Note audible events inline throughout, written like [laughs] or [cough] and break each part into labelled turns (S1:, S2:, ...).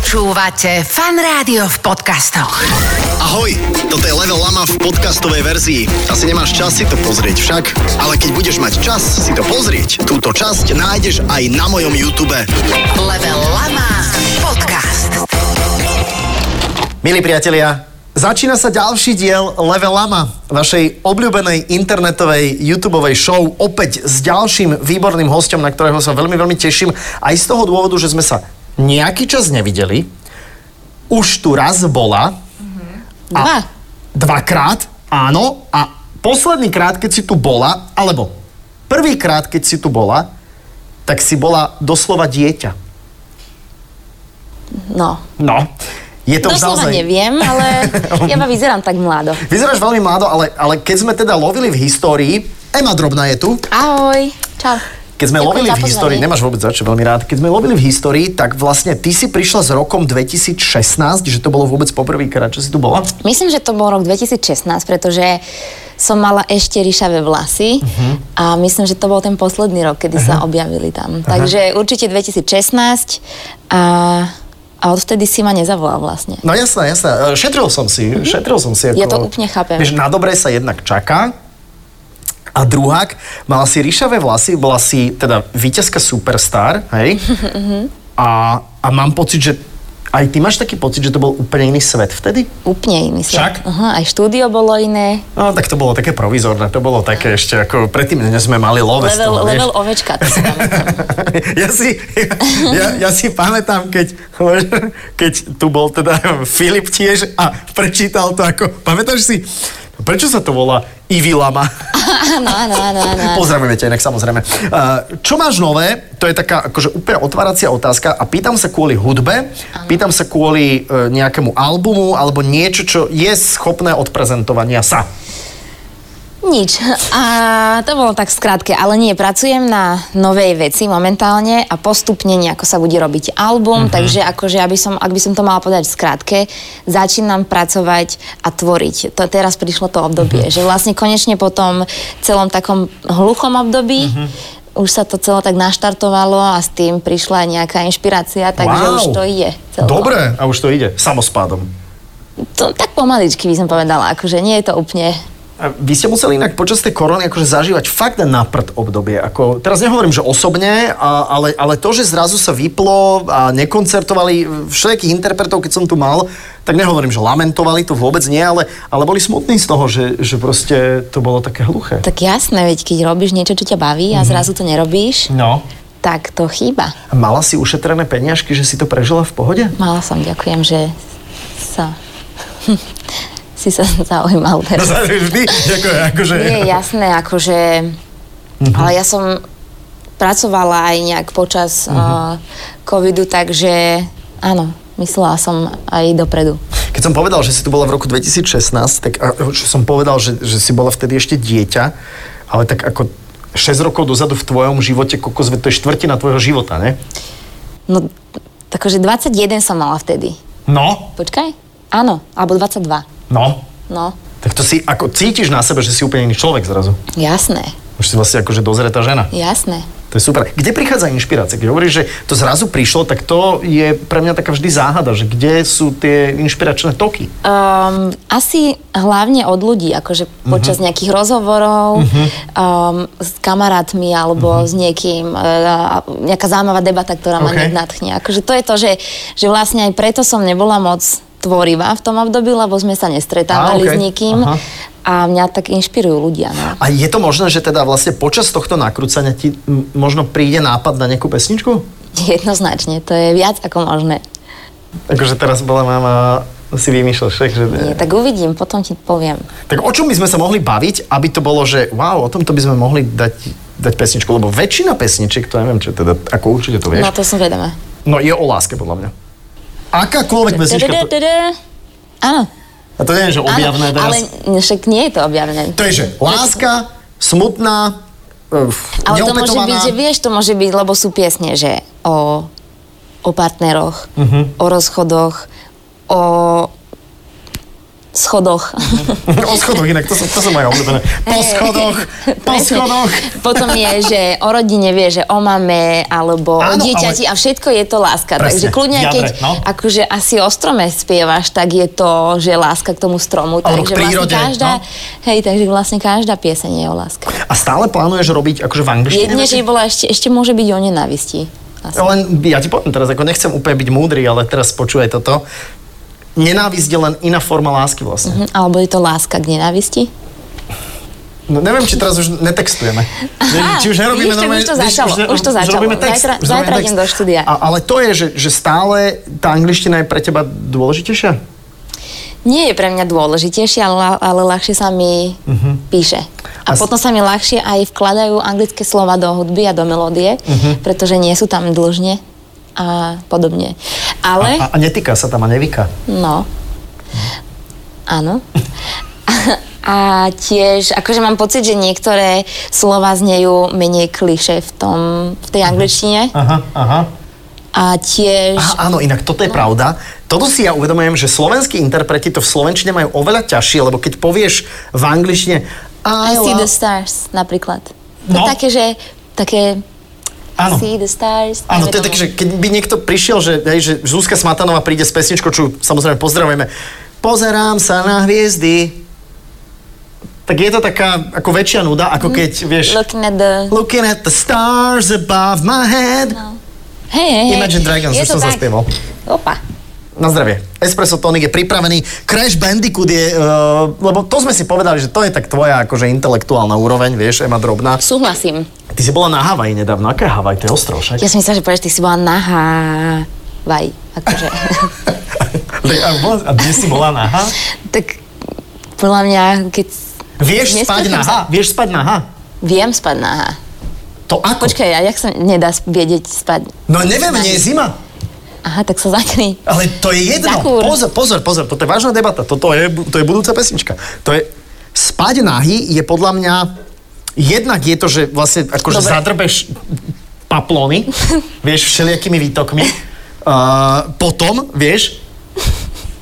S1: Počúvate Fan Rádio v podcastoch.
S2: Ahoj, toto je Level Lama v podcastovej verzii. Asi nemáš čas si to pozrieť však, ale keď budeš mať čas si to pozrieť, túto časť nájdeš aj na mojom YouTube.
S1: Level Lama Podcast.
S2: Milí priatelia, začína sa ďalší diel Level Lama, vašej obľúbenej internetovej YouTubeovej show, opäť s ďalším výborným hostom, na ktorého sa veľmi, veľmi teším, aj z toho dôvodu, že sme sa nejaký čas nevideli, už tu raz bola,
S3: Dva.
S2: Dvakrát, áno. A posledný krát, keď si tu bola, alebo prvýkrát, keď si tu bola, tak si bola doslova dieťa.
S3: No.
S2: No. Je to už naozaj...
S3: Doslova neviem,
S2: [laughs]
S3: ale ja ma vyzerám tak mlado.
S2: Vyzeráš veľmi mlado, ale, ale keď sme teda lovili v histórii, Ema Drobná je tu.
S3: Ahoj. Čau.
S2: Keď sme
S3: Ďakujem
S2: lovili
S3: za
S2: v histórii,
S3: pozvanie.
S2: nemáš vôbec zač, veľmi rád, keď sme lovili v histórii, tak vlastne ty si prišla s rokom 2016, že to bolo vôbec poprvýkrát, čo si tu bola.
S3: Myslím, že to bol rok 2016, pretože som mala ešte ríšavé vlasy
S2: Mhm.
S3: a myslím, že to bol ten posledný rok, kedy sa objavili tam. Takže určite 2016 a, a odvtedy si ma nezavolal vlastne.
S2: No jasné, jasné. E, Šetril som si, šetril som si. Ako,
S3: Mhm. Ja to úplne chápem.
S2: Vieš, na dobré sa jednak čaká. A druhák, mala si ríšavé vlasy, bola si teda víťazka Superstar, hej?
S3: Mhm.
S2: a, a mám pocit, že aj ty máš taký pocit, že to bol úplne iný svet vtedy?
S3: Úplne iný svet.
S2: Však?
S3: Aha, aj štúdio bolo iné.
S2: No, tak to bolo také provizorné, to bolo také ešte ako, predtým než sme mali love z
S3: Level,
S2: toho, vieš.
S3: level ovečka. to si
S2: [laughs]
S3: pamätám.
S2: ja, si, ja, ja si pamätám, keď, keď tu bol teda Filip tiež a prečítal to ako... Pamätáš si, prečo sa to volá Ivy Lama?
S3: Áno, áno, áno, áno. áno.
S2: Pozdravujeme ťa inak samozrejme. Uh, Čo máš nové? To je taká akože úplne otváracia otázka a pýtam sa kvôli hudbe, pýtam sa kvôli e, nejakému albumu alebo niečo, čo je schopné odprezentovania sa.
S3: Nič. A to bolo tak skrátke, ale nie, pracujem na novej veci momentálne a postupne nejako sa bude robiť album, takže akože, aby som, ak by som to mala povedať v skrátke, začínam pracovať a tvoriť. To teraz prišlo to obdobie, že vlastne konečne po tom celom takom hluchom období už sa to celé tak naštartovalo a s tým prišla aj nejaká inšpirácia, takže už to ide. celkom.
S2: Dobre, a už to ide. Samospádom.
S3: To, tak pomaličky by som povedala, akože nie je to úplne
S2: A Vy ste museli inak počas tej korony akože zažívať fakt na prd obdobie. Ako, teraz nehovorím, že osobne, a, ale, ale to, že zrazu sa vyplo a nekoncertovali všetkých interpretov, keď som tu mal, tak nehovorím, že lamentovali, to vôbec nie, ale, ale boli smutní z toho, že, že proste to bolo také hluché.
S3: Tak jasné, veď keď robíš niečo, čo ťa baví a zrazu to nerobíš,
S2: No.
S3: tak to chýba.
S2: A mala si ušetrené peniažky, že si to prežila v pohode?
S3: [laughs] Mala som, ďakujem, že sa... [laughs] si sa zaujímal teraz.
S2: vždy, ako, akože...
S3: Nie, jasné, akože... Ale ja som pracovala aj nejak počas uh, covidu, takže áno, myslela som aj dopredu.
S2: Keď som povedal, že si tu bola v roku 2016, tak a, že som povedal, že, že si bola vtedy ešte dieťa, ale tak ako 6 rokov dozadu v tvojom živote, kokos, veď to je štvrtina tvojho života, ne?
S3: No, takže 21 som mala vtedy.
S2: No,
S3: Počkaj? Áno, alebo 22.
S2: no.
S3: No,
S2: Tak to si ako cítiš na sebe, že si úplne iný človek zrazu.
S3: jasné,
S2: Už si vlastne akože dozretá žena.
S3: jasné.
S2: To je super. Kde prichádza inšpirácia? Keď hovoríš, že to zrazu prišlo, tak to je pre mňa taká vždy záhada, že kde sú tie inšpiračné toky?
S3: Um, asi hlavne od ľudí, akože
S2: Mhm.
S3: počas nejakých rozhovorov um, s kamarátmi alebo s niekým, uh, a nejaká zaujímavá debata, ktorá
S2: Mhm.
S3: ma
S2: OK.
S3: okay. nadchne. Akože to je to, že, že vlastne aj preto som nebola moc tvorivá v tom období, lebo sme sa nestretávali
S2: Á, OK.
S3: s nikým
S2: Aha.
S3: a mňa tak inšpirujú ľudia. No.
S2: A je to možné, že teda vlastne počas tohto nakrúcania ti m, možno príde nápad na nejakú pesničku?
S3: Jednoznačne, to je viac ako možné.
S2: Akože teraz bola mama si vymýšľa však, že...
S3: Nie, tak uvidím, potom ti poviem.
S2: Tak o čom by sme sa mohli baviť, aby to bolo, že wow, o tomto by sme mohli dať, dať pesničku, lebo väčšina pesničiek, to neviem, čo teda, ako určite to
S3: No
S2: vieš,
S3: to som vedomá.
S2: no je o láske podľa mňa. Akákoľvek pesnička, to,
S3: Áno.
S2: a to neviem, že
S3: Áno,
S2: objavné teraz.
S3: Ale však nie je to objavné.
S2: To je, že láska, smutná, e,
S3: Ale to môže
S2: neopetovaná.
S3: byť, že vieš, to môže byť, lebo sú piesne, že o,
S2: Mhm.
S3: o partneroch, o rozchodoch, o schodoch.
S2: [laughs] O schodoch inak, to sú, to sú moje obľúbené.
S3: Eh,
S2: Po schodoch, po
S3: Presne.
S2: schodoch.
S3: [laughs] Potom je, že o rodine vie, že o mame, alebo
S2: Áno,
S3: o dieťati
S2: ale-
S3: a všetko je to láska.
S2: Presne.
S3: Takže kľudne, aj
S2: Dobre,
S3: keď
S2: no.
S3: akože asi o strome spievaš, tak je to, že láska k tomu stromu.
S2: Alebo
S3: takže
S2: k prírode,
S3: vlastne každá,
S2: no.
S3: hej, takže vlastne každá pieseň je o láske.
S2: A stále plánuješ robiť akože v angličtine?
S3: Jedne,
S2: veci?
S3: že by bola ešte, ešte môže byť o nenávisti. Asi.
S2: Len ja ti poviem teraz, ako nechcem úplne byť múdry, ale teraz počúvaj toto. Nenávisť je len iná forma lásky vlastne.
S3: Hm, Alebo je to láska k nenávisti?
S2: No neviem, či teraz už
S3: [laughs]
S2: netextujeme.
S3: Aha,
S2: či už nerobíme
S3: vidíš, tak
S2: normálne...
S3: už to
S2: vieš,
S3: začalo,
S2: ne-
S3: už to začalo.
S2: robíme text, už
S3: Zajtra-
S2: robíme
S3: zajtra
S2: text.
S3: idem do štúdia.
S2: A, ale to je, že, že stále tá angličtina je pre teba dôležitejšia?
S3: Nie je pre mňa dôležitejšie, ale, la- ale ľahšie sa mi píše.
S2: Mhm. A s-
S3: A, potom sa mi ľahšie aj vkladajú anglické slova do hudby a do melódie,
S2: Mhm.
S3: pretože nie sú tam dlžne a podobne.
S2: A,
S3: Ale,
S2: a, a netýka sa tam a nevyká.
S3: no, áno. [laughs] A tiež, akože mám pocit, že niektoré slova znejú menej kliše v, tom, v
S2: Mhm.
S3: tej angličtine.
S2: Aha, aha.
S3: A tiež...
S2: Aha, áno, inak toto je
S3: No.
S2: pravda. Toto si ja uvedomujem, že slovenskí interpreti to v slovenčine majú oveľa ťažšie, lebo keď povieš v angličtine I,
S3: I see
S2: love-
S3: the stars napríklad.
S2: No.
S3: No. Také, že také
S2: Áno.
S3: I see the stars.
S2: Áno,
S3: najmä
S2: to je
S3: tomu.
S2: také, že keď by niekto prišiel, že, hej, že Zuzka Smatanová príde s pesničkou, čo samozrejme pozdravujeme. Pozerám sa na hviezdy. Tak je to taká ako väčšia nuda, ako
S3: Mm.
S2: keď, vieš,
S3: Looking at the...
S2: looking at the stars above my head.
S3: Hej, hej, hej.
S2: Imagine Dragons,
S3: No. Je
S2: už
S3: to
S2: som
S3: tak.
S2: zaspieval.
S3: Opa.
S2: Na zdravie. Espresso Tonic je pripravený. Crash Bandicoot je, uh, lebo to sme si povedali, že to je tak tvoja akože intelektuálna úroveň, vieš, Ema Drobná.
S3: Súhlasím.
S2: Ty si bola na Havaji nedávno. Aké Havaj? To je ostrov, však? [laughs]
S3: Ja som myslela, že povieš, ty si bola nahá. Vaj, akože. [laughs]
S2: A, bola- a kde si bola naha?
S3: tak podľa mňa, keď
S2: Vieš spať
S3: Nestretnem
S2: naha? Vieš spať naha?
S3: viem spať nahá.
S2: To ako?
S3: Počkaj, a jak sa nedá sp- vedieť spať?
S2: No neviem, nie je zima.
S3: Aha, tak sa zakry.
S2: Ale to je jedno.
S3: Zakúr.
S2: Pozor, pozor, pozor, toto je vážna debata. Toto je, to je budúca pesnička. To je, spať nahý je podľa mňa, jednak je to, že vlastne akože
S3: Dobre.
S2: zadrbeš
S3: [laughs]
S2: paplony, vieš, všelijakými výtokmi. Uh, potom, vieš,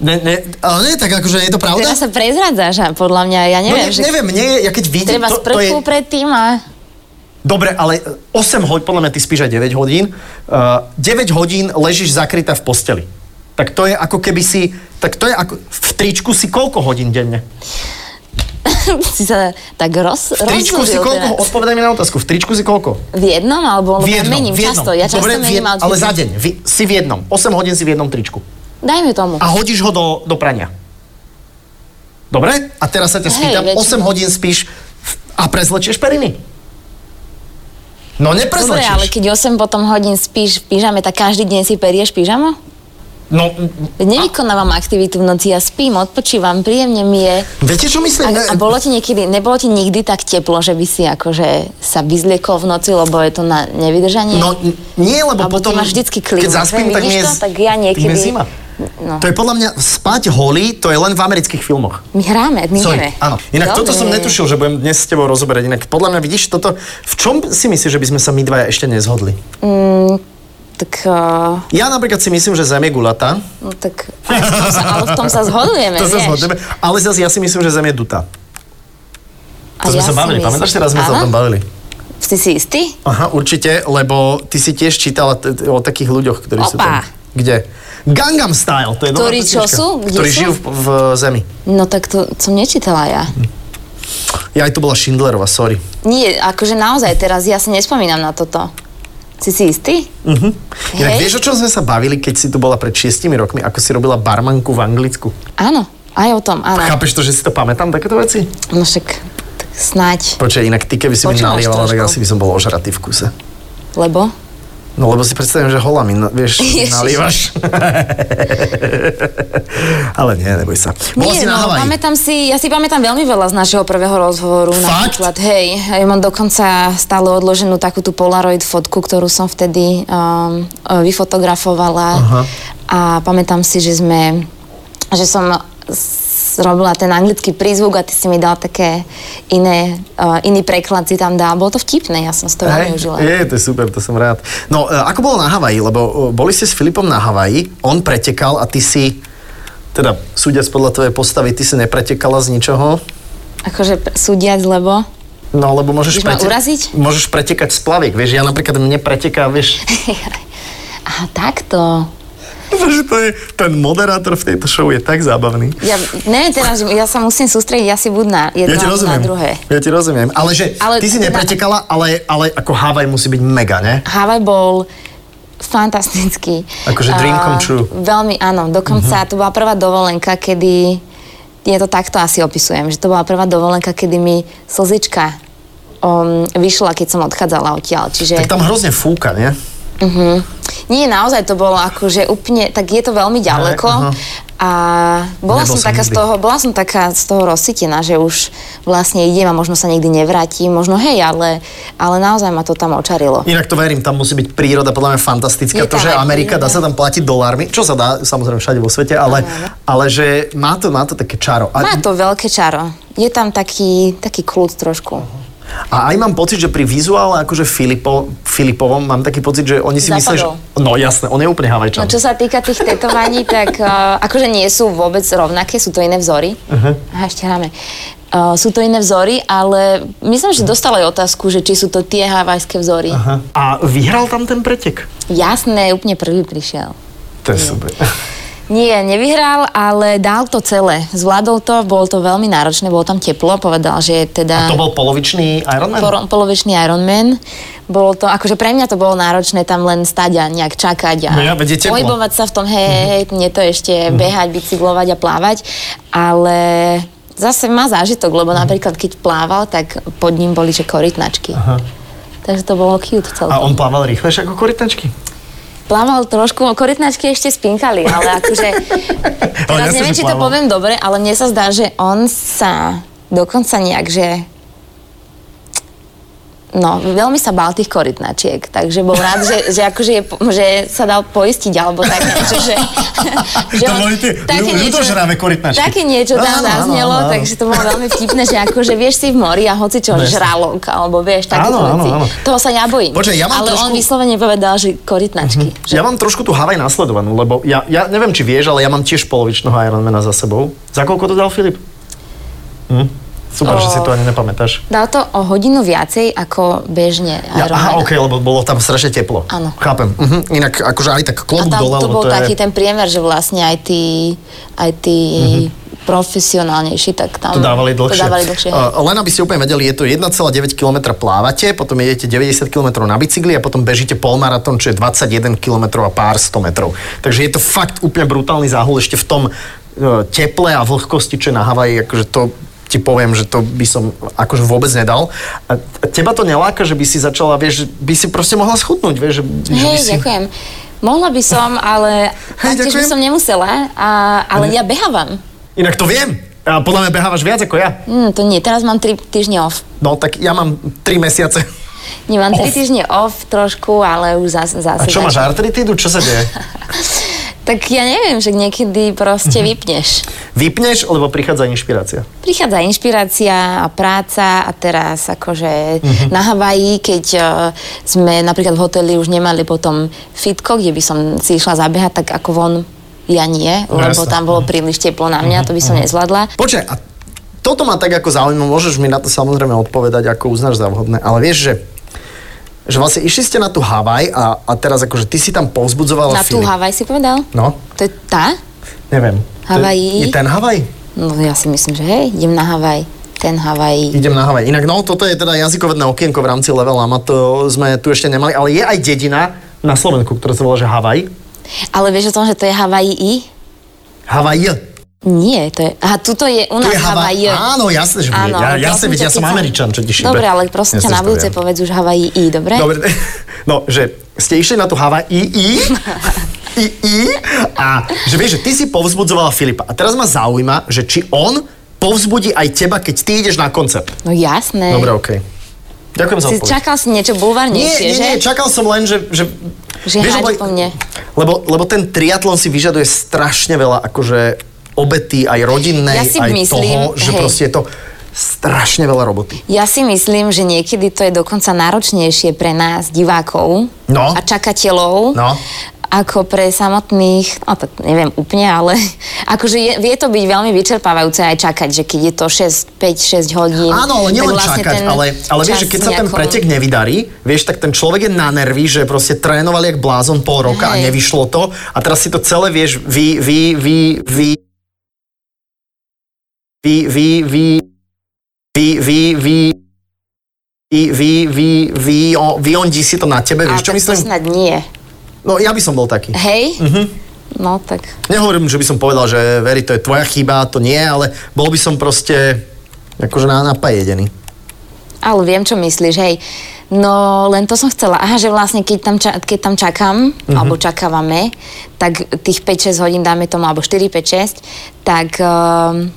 S2: ne, ne, ale nie, tak akože je to pravda?
S3: Teraz sa prezrádzaš a podľa mňa, ja
S2: no, ne,
S3: neviem, že
S2: neviem, nie, ja keď vidím,
S3: treba
S2: to, to je...
S3: sprchu predtým a... [laughs]
S2: Dobre, ale 8 hodín, podľa mňa ty spíš aj 9 hodín. Uh, 9 hodín ležíš zakrytá v posteli. Tak to je ako keby si, tak to je ako, v tričku si koľko hodín denne?
S3: si sa tak roz,
S2: V tričku si
S3: rozložil
S2: koľko?
S3: teraz.
S2: Odpovedaj mi na otázku, v tričku si koľko?
S3: V jednom alebo lebo ja mením často. Ja často
S2: Dobre, v
S3: mením
S2: jednom,
S3: outfity.
S2: ale za deň, vy, si v jednom, 8 hodín si v jednom tričku.
S3: Dajme tomu.
S2: A hodíš ho do, do prania. Dobre? A teraz sa ťa
S3: Hej,
S2: spýtam,
S3: veď-
S2: 8 hodín spíš v- a prezlečieš periny? No
S3: Dobre,
S2: neprezlečieš.
S3: ale keď 8 potom hodín spíš v pyžame, tak každý deň si perieš pyžamo?
S2: No,
S3: Veď Nevykonávam aktivitu v noci, ja spím, odpočívam, príjemne mi je.
S2: Viete, čo myslím? Ne-
S3: A, a bolo ti niekedy, nebolo ti nikdy tak teplo, že by si akože sa vyzliekol v noci, lebo je to na nevydržanie?
S2: No n- nie, lebo
S3: Alebo
S2: potom...
S3: ty máš vždycky klímu,
S2: Keď zaspím,
S3: že?
S2: tak mi je,
S3: Vidíš to? Tak ja
S2: tak mi je
S3: niekedy-
S2: zima.
S3: No.
S2: To je podľa mňa spať holý, to je len v amerických filmoch.
S3: My hráme, my
S2: Sorry,
S3: vieme.
S2: áno. Inak toto
S3: Dobre.
S2: som netušil, že budem dnes s tebou rozoberať. Inak podľa mňa vidíš toto... V čom si myslíš, že by sme sa my dvaja ešte nezhodli?
S3: Tak, uh,
S2: Ja napríklad si myslím, že Zem je gulatá.
S3: no tak, ale v tom sa, ale v tom
S2: [laughs]
S3: sa zhodujeme,
S2: To sa
S3: No vieš.
S2: zhodneme. Ale zase ja si myslím, že Zem je dutá.
S3: A
S2: To sme
S3: ja
S2: sa
S3: si
S2: bavili,
S3: myslím-
S2: pamätáš, teraz sme sa o tom
S3: Áno?
S2: bavili.
S3: Si si istý?
S2: Aha, určite, lebo ty si tiež čítala t- t- o takých ľuďoch, ktorí sú tam.
S3: Opa.
S2: Kde? Gangnam Style, to je dobrá
S3: Ktorí čo
S2: pesnička.
S3: sú? Kde
S2: Ktorí
S3: sú?
S2: žijú v, v zemi.
S3: No tak to som nečítala ja.
S2: Ja aj to bola Schindlerova, sorry.
S3: Nie, akože naozaj teraz ja si nespomínam na toto. Si si istý?
S2: Mhm. Inak
S3: Hej.
S2: vieš, o čom sme sa bavili, keď si tu bola pred šiestimi rokmi, ako si robila barmanku v Anglicku?
S3: Áno, aj o tom, áno.
S2: Chápeš to, že si to pamätám, takéto veci?
S3: No však tak snáď,
S2: Počkaj, inak ty, keby si
S3: Počúvaš
S2: mi nalievala, tak
S3: trošku.
S2: asi by som bol ožratý v kuse.
S3: lebo...
S2: No lebo si predstavím, že hola mi, na-
S3: [laughs]
S2: vieš,
S3: Ježiš.
S2: nalievaš. Ale nie, neboj sa. Bola si
S3: Nie,
S2: na
S3: no,
S2: Havaji.
S3: pamätám si, ja si pamätám veľmi veľa z našeho prvého rozhovoru.
S2: Fakt?
S3: Napríklad, hej, ja mám dokonca stále odloženú takú tú Polaroid fotku, ktorú som vtedy um, e, vyfotografovala.
S2: Aha.
S3: A pamätám si, že sme, že som s- robila ten anglický prízvuk a ty si mi dal také iné, uh, iný preklad si tam dal. Bolo to vtipné, ja som si to
S2: Hej,
S3: veľmi užila.
S2: je, to je super, to som rád. No, e, ako bolo na Havaji? Lebo e, boli ste s Filipom na Havaji, on pretekal a ty si... Teda, súdiac podľa tvojej postavy, ty si nepretekala z ničoho?
S3: Akože p- súdiac, lebo...
S2: No, lebo môžeš,
S3: Chceš ma uraziť?
S2: môžeš pretekať z plaviek, vieš, ja napríklad mne preteká, vieš, [laughs]
S3: Aha, takto.
S2: že to je, ten moderátor v tejto show je tak zábavný.
S3: Ja neviem teraz, ja sa musím sústrediť asi buď na
S2: Ja
S3: jedno,
S2: ti
S3: alebo
S2: rozumiem.
S3: na druhé.
S2: Ja ti rozumiem. Ale že ale
S3: Ale
S2: ty si
S3: teda-
S2: nepretekala, ale, ale ako Havaj musí byť mega, ne?
S3: Havaj bol fantastický.
S2: Akože dream come
S3: A,
S2: true. Mhm.
S3: Veľmi, áno. Dokonca to bola prvá dovolenka, kedy, ja to takto asi opisujem, že to bola prvá dovolenka, kedy mi slzička um, vyšla, keď som odchádzala odtiaľ. Čiže...
S2: Tak tam hrozne fúka, nie?
S3: Nie, naozaj to bolo akože úplne, tak je to veľmi ďaleko.
S2: aha.
S3: A bola
S2: Nebol
S3: som,
S2: som
S3: taká z
S2: nikdy.
S3: toho, bola som taká z toho rozsitená, že už vlastne idem a možno sa nikdy nevrátim, možno hej, ale, ale naozaj ma to tam očarilo.
S2: Inak to verím, tam musí byť príroda podľa mňa fantastická.
S3: Je
S2: To,
S3: tam
S2: že
S3: aj
S2: Amerika, dá sa tam platiť dolármi, čo sa dá samozrejme všade vo svete, ale, ale že má to, má to také čaro. A,
S3: Má to veľké čaro. Je tam taký, taký kľud trošku.
S2: a aj mám pocit, že pri vizuále akože Filipo, Filipovom mám taký pocit, že oni si
S3: Zapadol.
S2: myslia, že... No jasné, on je úplne
S3: No
S2: Havajčan.
S3: čo sa týka tých
S2: [laughs]
S3: tetovaní, tak uh, akože nie sú vôbec rovnaké, sú to iné vzory. Uh-huh. Aha, ešte hráme. Uh, sú to iné vzory, ale myslím, že dostala aj otázku, že či sú to tie havajské vzory.
S2: Aha. A vyhral tam ten pretek?
S3: Jasné, úplne prvý prišiel.
S2: To je super.
S3: Nie, nevyhral, ale dal to celé. Zvládol to, bolo to veľmi náročné, bolo tam teplo, povedal, že teda...
S2: To bol polovičný Ironman?
S3: Poro- polovičný Ironman. Bolo to, akože pre mňa to bolo náročné tam len stať a nejak čakať a
S2: No ja, veď je teplo. Mhm.
S3: pohybovať sa v tom, hej, hej, hej, nie to ešte behať, bicyklovať a plávať, ale zase má zážitok, lebo
S2: Mhm.
S3: napríklad keď plával, tak pod ním boli že korytnačky. Aha. Takže to bolo cute celkom.
S2: A on plával rýchlejšie ako korytnačky?
S3: Plával trošku, no korytnačky ešte spinkali, ale akože...
S2: [laughs] ja
S3: teraz
S2: som,
S3: neviem,
S2: že
S3: či to
S2: plával.
S3: poviem dobre, ale mne sa zdá, že on sa dokonca nejak, že... No, veľmi sa bál tých korytnačiek, takže bol rád, že, že, akože je, po- že sa dal poistiť, alebo také niečo,
S2: [laughs]
S3: že...
S2: To boli tie ľu- ľudožravé korytnačky.
S3: Také niečo tam
S2: Áno, áno,
S3: zaznelo,
S2: áno, áno.
S3: takže to bolo veľmi vtipné, že akože vieš si v mori a hoci čo,
S2: Presne.
S3: žralok, alebo vieš,
S2: Áno,
S3: takéto
S2: áno,
S3: veci.
S2: áno.
S3: Toho sa ja bojím.
S2: Počkaj, ja mám
S3: ale on
S2: trošku-
S3: vyslovene povedal, že korytnačky. Že
S2: Mhm. Ja mám trošku tu Havaj nasledovanú, lebo ja, ja neviem, či vieš, ale ja mám tiež polovičného Ironmana za sebou. Za koľko to dal Filip? Hm? Super, že si to ani nepamätáš.
S3: Dal to o hodinu viacej ako bežne
S2: Ja, aha,
S3: Ironmana.
S2: ok, lebo bolo tam strašne teplo.
S3: Áno.
S2: Chápem. Mhm, inak akože aj tak
S3: A
S2: klobúk
S3: tam
S2: dole,
S3: to
S2: lebo
S3: bol
S2: to je...
S3: taký ten priemer, že vlastne aj tí, aj tí profesionálnejší, tak tam
S2: Mhm. To dávali dlhšie.
S3: To dávali dlhšie. hej.
S2: Uh, len aby ste úplne vedeli, je to 1,9 km plávate, potom jedete 90 km na bicykli a potom bežíte polmaratón, čo je 21 km a pár 100 metrov. Takže je to fakt úplne brutálny záhul ešte v tom uh, teple a vlhkosti, čo je na Havaji, akože to ti poviem, že to by som akože vôbec nedal. A a teba to neláka, že by si začala, vieš, že by si proste mohla schudnúť, vieš, že, že by
S3: Hej,
S2: si...
S3: ďakujem. Mohla by som, ale
S2: Hej,
S3: taktiež by
S2: ďakujem.
S3: som nemusela, a, ale ja behávam.
S2: Inak to viem. A podľa mňa behávaš viac ako ja.
S3: Hm, to nie, teraz mám 3 týždne off.
S2: No tak ja mám 3 mesiace.
S3: Nemám
S2: Off.
S3: 3 týždne off trošku, ale už zase...
S2: A
S3: zase
S2: čo máš, artritidu? Čo sa deje?
S3: Tak ja neviem, že niekedy
S2: Mhm.
S3: proste vypneš.
S2: Vypneš, lebo prichádza inšpirácia.
S3: Prichádza inšpirácia a práca a teraz akože
S2: Mhm.
S3: na Havaji, keď eh, sme napríklad v hoteli už nemali potom fitko, kde by som si išla zabehať, tak ako von ja nie,
S2: No,
S3: lebo
S2: jasné. Mhm.
S3: tam bolo príliš teplo na mňa, to by som nezvládla.
S2: Počkaj, a toto ma tak ako zaujíma, môžeš mi na to samozrejme odpovedať, ako uznáš za vhodné, ale vieš, že že vlastne išli ste na tú Havaj a, a teraz akože ty si tam povzbudzovala
S3: Na tú
S2: Filip.
S3: Havaj si povedal?
S2: No,
S3: To je tá?
S2: neviem. To je-
S3: Havaji?
S2: Je ten Havaj?
S3: No ja si myslím, že hej, idem na Havaj. Ten Havaj.
S2: Idem na Havaj. Inak no, toto je teda jazykovedné okienko v rámci Level Lama, to sme tu ešte nemali, ale je aj dedina na Slovensku, ktorá sa volá, že Havaj.
S3: Ale vieš o tom, že to je Havaj i?
S2: Havaj.
S3: Nie, to je... Aha, tuto je u
S2: Tu
S3: nás
S2: je Havaj.
S3: Havaj.
S2: Áno, jasné, že bude. Ja, jasne,
S3: ale prosím
S2: veď
S3: ťa,
S2: ja som
S3: keď
S2: Američan, čo ti šíbe.
S3: Dobre, ale prosím ťa,
S2: Jasne, že
S3: na
S2: to
S3: budúce
S2: viem.
S3: povedz už Havaj i, dobre?
S2: Dobre, [laughs] no, že ste išli na tú Havaj i, i, i, i a že vieš, že ty si povzbudzovala Filipa. A teraz ma zaujíma, že či on povzbudí aj teba, keď ty ideš na koncert.
S3: No jasné.
S2: Dobre, okej. Ďakujem za
S3: Si
S2: odpoveď.
S3: čakal si niečo
S2: Nie,
S3: bulvarnejšie,
S2: nie,
S3: že?
S2: nie, čakal som len, že... Že,
S3: Že hádže po mne.
S2: Lebo, lebo ten triatlon si vyžaduje strašne veľa akože obety aj rodinnej,
S3: Ja si
S2: aj
S3: myslím,
S2: toho, že
S3: hej.
S2: proste je to strašne veľa roboty.
S3: Ja si myslím, že niekedy to je dokonca náročnejšie pre nás, divákov
S2: No.
S3: a čakateľov.
S2: No.
S3: A ako pre samotných, no tak neviem úplne, ale [laughs] akože je, vie to byť veľmi vyčerpávajúce aj čakať, že keď je to 6, 5, 6 hodín.
S2: Áno, ale
S3: tak
S2: nielen
S3: vlastne
S2: čakať,
S3: ten
S2: ale, ale vieš,
S3: čas
S2: že keď sa ten
S3: nejako-
S2: pretek nevydarí, vieš, tak ten človek je na nervy, že proste trénoval jak blázon pol roka a
S3: Hej.
S2: nevyšlo to a teraz si to celé, vieš, vy, vy, vy, vy, vy, vy, vy, vy, vy, vy, vy, vy, vy, vy, o- vyondí si to na tebe,
S3: A
S2: vieš, čo
S3: tak to
S2: myslím? Mhm.
S3: Snad nie.
S2: No ja by som bol taký.
S3: Hej? Uh-huh. No tak.
S2: Nehovorím, že by som povedal, že veri, to je tvoja chyba, to nie, ale bol by som proste akože na napajedený.
S3: Ale viem, čo myslíš, hej. No, len to som chcela. Aha, že vlastne keď tam, ča- keď tam čakám,
S2: Mhm.
S3: uh-huh. alebo čakávame, tak tých 5-6 hodín dáme tomu, alebo 4-5-6, tak um,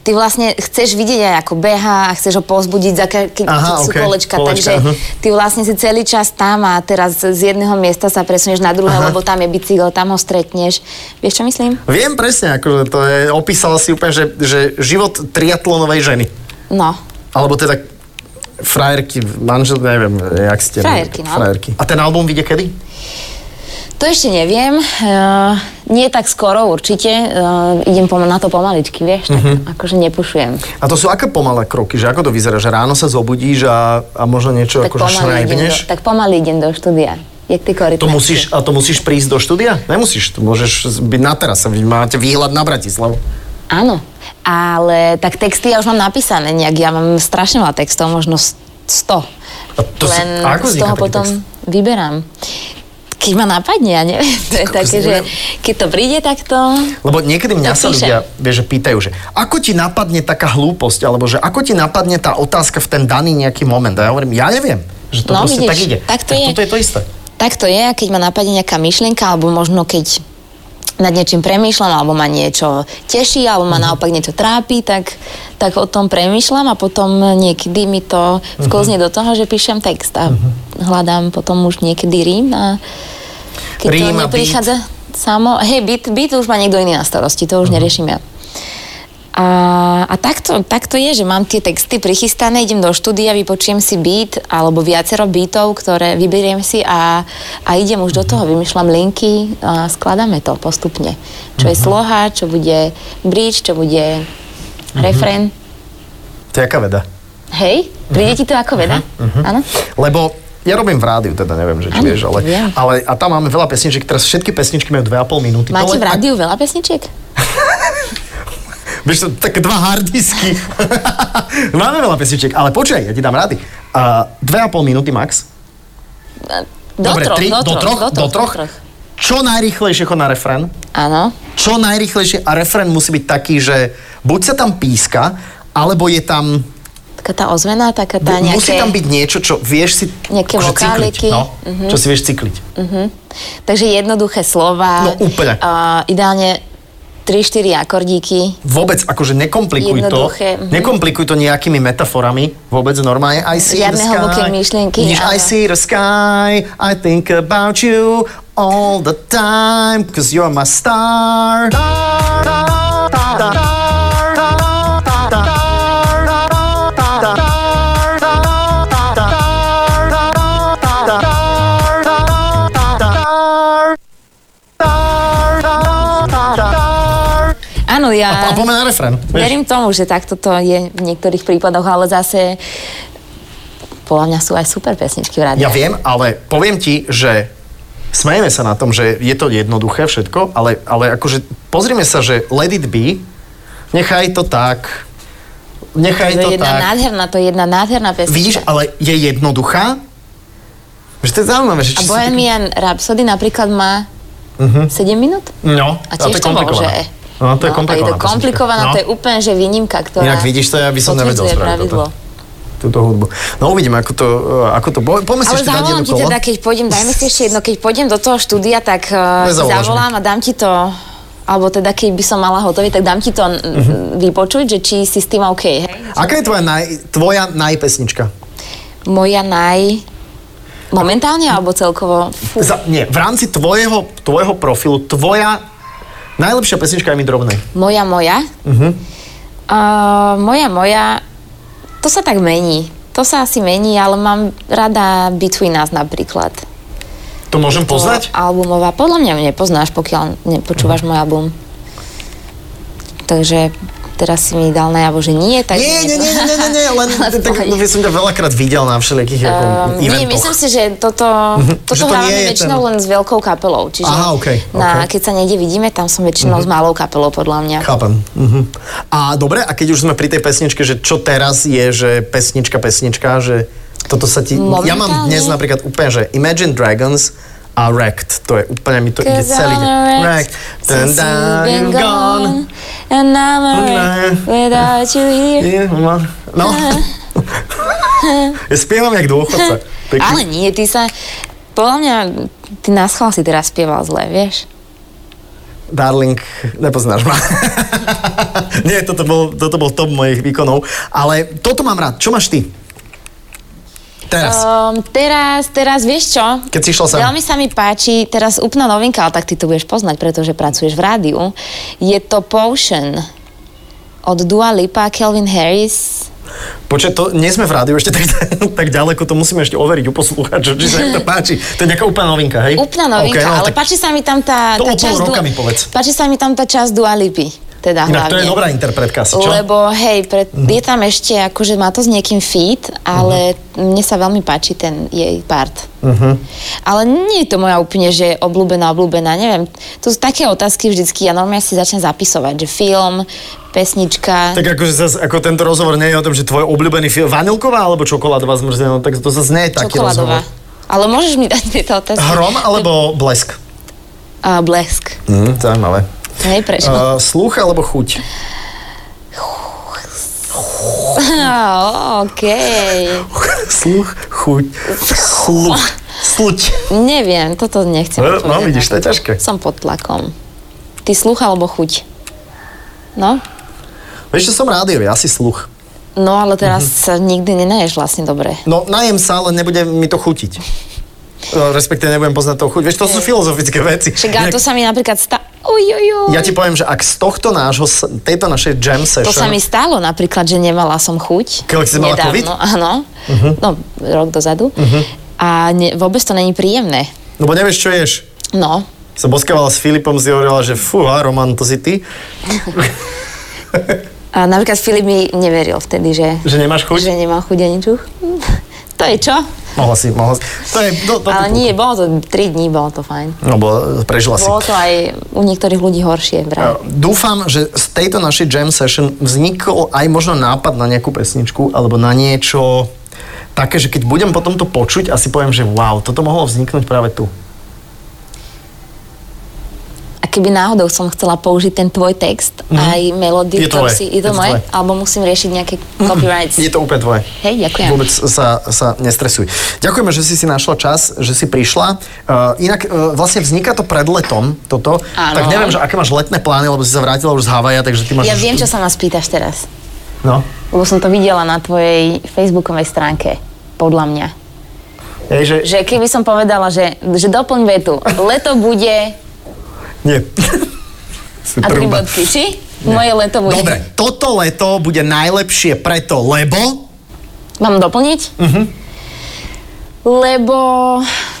S3: ty vlastne chceš vidieť aj ako beha a chceš ho pozbudiť, za ke- keď,
S2: Aha,
S3: keď sú
S2: okej,
S3: kolečka,
S2: kolečka,
S3: takže
S2: aha.
S3: ty vlastne si celý čas tam a teraz z jedného miesta sa presunieš na druhé,
S2: Aha.
S3: lebo tam je bicykel, tam ho stretneš. Vieš, čo myslím?
S2: Viem presne, akože to je, opísala si úplne, že, že život triatlonovej ženy.
S3: No.
S2: Alebo teda frajerky, manžel, neviem, jak ste.
S3: Frajerky, no.
S2: Frajerky. A ten album vyjde kedy?
S3: To ešte neviem. Uh, nie tak skoro určite. Uh, idem pom- na to pomaličky, vieš. Tak, Akože nepušujem.
S2: A Mhm. to sú aké pomalé kroky, že ako to vyzerá, že ráno sa zobudíš a, a možno niečo akože
S3: idem do,
S2: šrajbneš?
S3: no, tak pomaly idem do štúdia. Jak ty korytnačky.
S2: To musíš, a to musíš prísť do štúdia? Nemusíš, to môžeš byť na terase, vy máte výhľad na Bratislavu.
S3: Áno. Ale tak texty ja už mám napísané nejak. Ja mám strašne veľa textov, možno s- 100.
S2: A to si-
S3: Len
S2: a ako
S3: z
S2: vzniká
S3: toho
S2: taký
S3: potom
S2: text?
S3: vyberám. Keď ma napadne, ja neviem. [laughs] To
S2: Ty
S3: je
S2: kokos,
S3: také, že
S2: neviem.
S3: keď to príde takto...
S2: Lebo niekedy mňa
S3: To
S2: sa
S3: píšem.
S2: ľudia vieš, že pýtajú, že ako ti napadne taká hlúposť, alebo že ako ti napadne tá otázka v ten daný nejaký moment. A ja hovorím, ja neviem, že to
S3: No,
S2: proste
S3: vidíš,
S2: tak ide.
S3: tak to je.
S2: Toto je to isté.
S3: Tak to je, a keď ma napadne nejaká myšlienka, alebo možno keď nad niečím premýšľam, alebo ma niečo teší, alebo ma naopak niečo trápi, tak, tak o tom premýšľam a potom niekedy mi to vklzne do toho, že píšem text a hľadám potom už niekedy rím a keď
S2: Rím
S3: to
S2: a
S3: neprichádza samo, hej, byt, byt už má niekto iný na starosti, to už
S2: Mhm.
S3: neriešim ja. A, a takto, takto je, že mám tie texty prichystané, idem do štúdia, vypočujem si beat alebo viacero beatov, ktoré vyberiem si a, a idem už do toho, vymýšľam linky a skladáme to postupne. Čo
S2: Mhm.
S3: je sloha, čo bude bridge, čo bude
S2: Mhm.
S3: refrén.
S2: To je aká veda.
S3: Hej,
S2: Mhm.
S3: príde ti to ako veda? Áno?
S2: Lebo ja robím v rádiu, teda neviem, že či
S3: Áno,
S2: vieš, ale,
S3: viem.
S2: ale a tam máme veľa pesničiek, teraz všetky pesničky majú 2,5 minúty. To
S3: Máte
S2: len
S3: v rádiu veľa pesničiek?
S2: Ak, [laughs] vieš, to, také dva harddisky. [laughs] máme veľa pesničiek, ale počkaj, ja ti dám rady. Uh, 2,5 minúty max.
S3: Do
S2: Dobre,
S3: troch,
S2: tri,
S3: do troch,
S2: do troch, do troch. Čo najrychlejšie chod na refrén.
S3: Áno.
S2: čo najrychlejšie a refrén musí byť taký, že buď sa tam píska, alebo je tam,
S3: Taká tá ozvena, taká tá
S2: bu-
S3: nejaké...
S2: musí tam byť niečo, čo vieš si
S3: Nejaké Mhm.
S2: akože
S3: vokáliky.
S2: cykliť, no, čo si vieš cykliť.
S3: Takže jednoduché slova.
S2: No, úplne.
S3: A ideálne 3-4 akordíky.
S2: Vôbec akože nekomplikuj to,
S3: Jednoduché, mhm.
S2: nekomplikuj to nejakými metaforami, vôbec normálne. I see
S3: Žiadne
S2: the sky,
S3: hlboké myšlienky,
S2: Nič, I
S3: áno.
S2: see the sky, I think about you all the time, cause you're my star.
S3: Áno,
S2: A
S3: ja
S2: poďme na refrén. vieš.
S3: verím tomu, že takto to je v niektorých prípadoch, ale zase podľa mňa sú aj super pesničky v rádiu.
S2: Ja viem, ale poviem ti, že smejeme sa na tom, že je to jednoduché všetko, ale, ale akože pozrime sa, že let it be, nechaj to tak, nechaj to
S3: to je jedna
S2: tak.
S3: nádherná, to je jedna nádherná pesnička.
S2: Vidíš, ale je jednoduchá? Že to je zaujímavé, že či
S3: a
S2: sú také-
S3: Bohemian Rhapsody napríklad má 7 minút?
S2: No,
S3: A tiež
S2: Mhm. to je
S3: to bol, že...
S2: komplikovaná. No, to je
S3: a
S2: komplikovaná.
S3: je to
S2: pesnička.
S3: komplikovaná,
S2: no.
S3: to je úplne, že výnimka, ktorá...
S2: Inak vidíš to, ja by som nevedel
S3: potvrdzuje
S2: spraviť
S3: pravidlo.
S2: toto. Túto hudbu. No uvidíme, ako to, eh, ako to bo- Poďme si
S3: Ale
S2: ešte dať
S3: zavolám
S2: jedno
S3: ti
S2: kolo.
S3: teda, keď pôjdem, dajme si ešte jedno, keď pôjdem do toho štúdia, tak uh,
S2: Nezavoláš mi.
S3: zavolám a dám ti to, alebo teda keď by som mala hotový, tak dám ti to
S2: Mhm.
S3: uh-huh. vypočuť, že či si s tým OK. Hej?
S2: Aká je tvoja, naj, tvoja najpesnička?
S3: Moja naj... Momentálne alebo celkovo? Fú,
S2: Za, nie, v rámci tvojho, tvojho profilu, tvoja najlepšia pesnička je mi drobnej.
S3: moja, moja.
S2: Mhm.
S3: Uh-huh. Uh, moja, moja, to sa tak mení. To sa asi mení, ale mám rada Between Us napríklad.
S2: To môžem
S3: Je to
S2: poznať? Mhm.
S3: Albumová. Podľa mňa nepoznáš, pokiaľ nepočúvaš môj album. Takže teraz si mi dal najavo, že nie. Tak
S2: Nie, nie, nie, nie, nie, nie, nie [laughs]
S3: [laughs]
S2: len
S3: Ale v
S2: tak,
S3: pohode.
S2: no, ja som ťa veľakrát videl na všelijakých ako,
S3: Ehm, nie,
S2: eventoch.
S3: myslím si, že toto,
S2: Mhm. Že
S3: toto
S2: to nie je
S3: hrávame väčšinou
S2: ten-
S3: len s veľkou kapelou. Čiže
S2: Aha, okej,
S3: na,
S2: okej. Mhm.
S3: keď sa niekde vidíme, tam som väčšinou s malou kapelou, podľa mňa.
S2: Chápem. Mhm. A dobre, a keď už sme pri tej pesničke, že čo teraz je, že pesnička, pesnička, že toto sa ti... Ja mám
S3: Momentálne?
S2: dnes napríklad úplne, že Imagine Dragons a Wrecked, to je úplne, mi to ide
S3: 'Cause
S2: celý
S3: I'm
S2: deň.
S3: a wreck
S2: Wrecked. Dun,
S3: since
S2: dun,
S3: you've been
S2: you're gone.
S3: gone, And I'm a wreck
S2: Okay.
S3: without you
S2: Nie,
S3: here.
S2: no.
S3: [laughs]
S2: No. Ja spievam jak dôchodca. Pekne.
S3: Ale nie, ty sa... Podľa mňa, ty na schvál si teraz spieval zle, vieš?
S2: Darling, nepoznáš ma. [laughs] Nie, toto bol, toto bol top mojich výkonov. Ale toto mám rád. Čo máš ty? Teraz.
S3: Um, teraz, teraz vieš čo?
S2: Keď si išla sem.
S3: Veľmi sa mi páči, teraz úplná novinka, ale tak ty to budeš poznať, pretože pracuješ v rádiu. Je to Potion od Dua Lipa, Kelvin Harris.
S2: Počkaj, to nie sme v rádiu ešte tak, [laughs] tak ďaleko, to musíme ešte overiť u poslucháča, či sa im to páči. To je nejaká úplná novinka, hej?
S3: [laughs] Úplná
S2: Ok,
S3: novinka, okay,
S2: no,
S3: ale
S2: tak
S3: páči sa mi tam tá,
S2: To o pol
S3: tá časť...
S2: roka mi povedz.
S3: Páči sa mi tam tá časť Dua Lipy. Teda
S2: Inak to je
S3: hlavne.
S2: dobrá interpretka asi, čo? Mhm.
S3: Lebo hej, pred, je tam ešte, akože má to s niekým fit, ale
S2: Mhm.
S3: mne sa veľmi páči ten jej part. Ale nie je to moja úplne, že obľúbená, obľúbená, neviem. To sú také otázky vždycky, ja normálne si začnem zapisovať, že film, pesnička.
S2: Tak akože zas, ako tento rozhovor nie je o tom, že tvoj obľúbený film, vanilková alebo čokoládová zmrzlina, no tak to sa znie taký rozhovor.
S3: čokoládová. Ale môžeš mi dať tieto otázky?
S2: Hrom alebo blesk?
S3: A, blesk.
S2: Mm, zaujímavé.
S3: Hej, prečo?
S2: Uh, sluch alebo chuť?
S3: Á, Okej.
S2: [laughs] Sluch, chuť, sluch, sluť.
S3: Neviem, toto nechcem
S2: No, no,
S3: odpovedať.
S2: vidíš, to je ťažké.
S3: Som pod tlakom. Ty sluch alebo chuť? No?
S2: Vieš, čo som rád, ja si sluch.
S3: No, ale teraz
S2: Mhm.
S3: sa nikdy nenaješ vlastne dobre.
S2: No, najem sa, ale nebude mi to chutiť. No, Respektíve nebudem poznať toho chuť. Vieš, to sú filozofické veci.
S3: Však ale to sa mi napríklad stá... Uj, uj, uj.
S2: Ja ti poviem, že ak z tohto nášho, s- tejto našej jam session...
S3: To sa mi stalo napríklad, že nemala som chuť.
S2: Keď si mala
S3: Nedávno,
S2: COVID? Mhm.
S3: Áno, no rok dozadu. A ne, vôbec to není príjemné.
S2: Lebo nevieš, čo ješ.
S3: No,
S2: Sa boskávala s Filipom, si hovorila, že fúha, Roman, to si ty,
S3: a napríklad Filip mi neveril vtedy, že,
S2: že nemáš chuť.
S3: že nemám chuť ani čuch. [laughs] To je čo?
S2: Mohla si, mohla si. No, To je, do, do,
S3: Ale nie, bolo to 3 dní, bolo to fajn.
S2: No, bo prežila si.
S3: Bolo to aj u niektorých ľudí horšie, vraj.
S2: Dúfam, že z tejto našej jam session vznikol aj možno nápad na nejakú pesničku alebo na niečo také, že keď budem potom to počuť, asi poviem, že wow, toto mohlo vzniknúť práve tu.
S3: A keby náhodou som chcela použiť ten tvoj text, aj melódiu,
S2: Mhm. Je
S3: ktorú
S2: tvoje.
S3: si... Je
S2: Je
S3: to
S2: to
S3: moje?
S2: tvoje. Mhm.
S3: Alebo musím riešiť nejaké copyrights?
S2: Je to úplne tvoje.
S3: Hej, ďakujem.
S2: Vôbec sa, sa nestresuj. Ďakujeme, že si si našla čas, že si prišla. Uh, inak uh, vlastne vzniká to pred letom, toto.
S3: Áno.
S2: Tak neviem, že aké máš letné plány, lebo si sa vrátila už z Havaja, takže ty máš...
S3: Ja
S2: už-
S3: viem, čo sa ma spýtaš teraz.
S2: No.
S3: Lebo som to videla na tvojej facebookovej stránke, podľa mňa.
S2: Hej, že...
S3: Že keby som povedala, že, že doplň vetu, leto
S2: [laughs]
S3: bude
S2: Nie.
S3: [laughs] a tri bodky, či? Moje leto bude.
S2: Dobre, toto leto bude najlepšie preto, lebo...
S3: Mám doplniť?
S2: Mhm.
S3: Lebo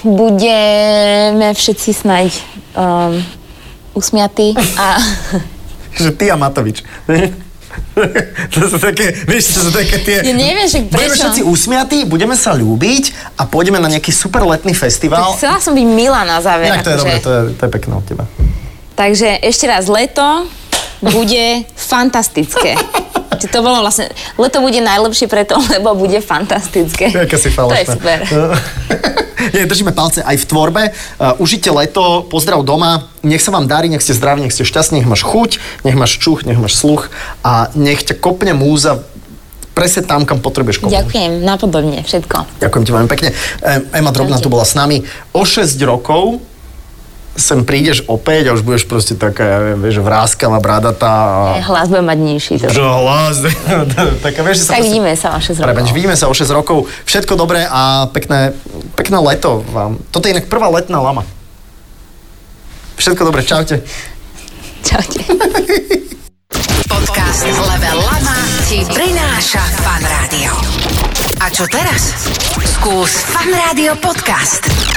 S3: budeme všetci snáď um, usmiatí
S2: [laughs]
S3: a
S2: že ty a Matovič. [laughs] to sú také, vieš, to sú také tie...
S3: Ja neviem, že
S2: Budeme
S3: prečo.
S2: všetci usmiatí, budeme sa ľúbiť a pôjdeme na nejaký super letný festival.
S3: chcela som byť milá na záver.
S2: Inak to je
S3: akože.
S2: dobré, to je, to je pekné od teba.
S3: Takže ešte raz, leto bude
S2: [laughs]
S3: fantastické. Či To bolo vlastne, leto bude najlepšie preto, lebo bude fantastické.
S2: Jaká si
S3: to je
S2: falošná.
S3: super.
S2: [laughs] Nie, držíme palce aj v tvorbe. Uh, užite leto, pozdrav doma, nech sa vám darí, nech ste zdraví, nech ste šťastní, nech máš chuť, nech máš čuch, nech máš sluch a nech ťa kopne múza presne tam, kam potrebuješ kopnúť.
S3: Ďakujem, napodobne, všetko.
S2: Ďakujem ti veľmi pekne. Em, Ema Drobná tu bola s nami. O 6 rokov sem prídeš opäť a už budeš proste taká, ja viem, vieš, vráskava, bradatá a...
S3: Hlas bude mať nižší. to-
S2: Že hlas, [laughs] taká, vieš, že sa
S3: Tak
S2: proste-
S3: vidíme sa vaše
S2: Prepač,
S3: zrovna.
S2: vidíme sa o 6 rokov. Všetko dobré a pekné, pekné leto vám. Toto je inak prvá letná lama. Všetko dobré, čaute.
S3: Čaute.
S1: Podcast Level Lama ti prináša Fan Rádio. A čo teraz? Skús Fan Rádio podcast.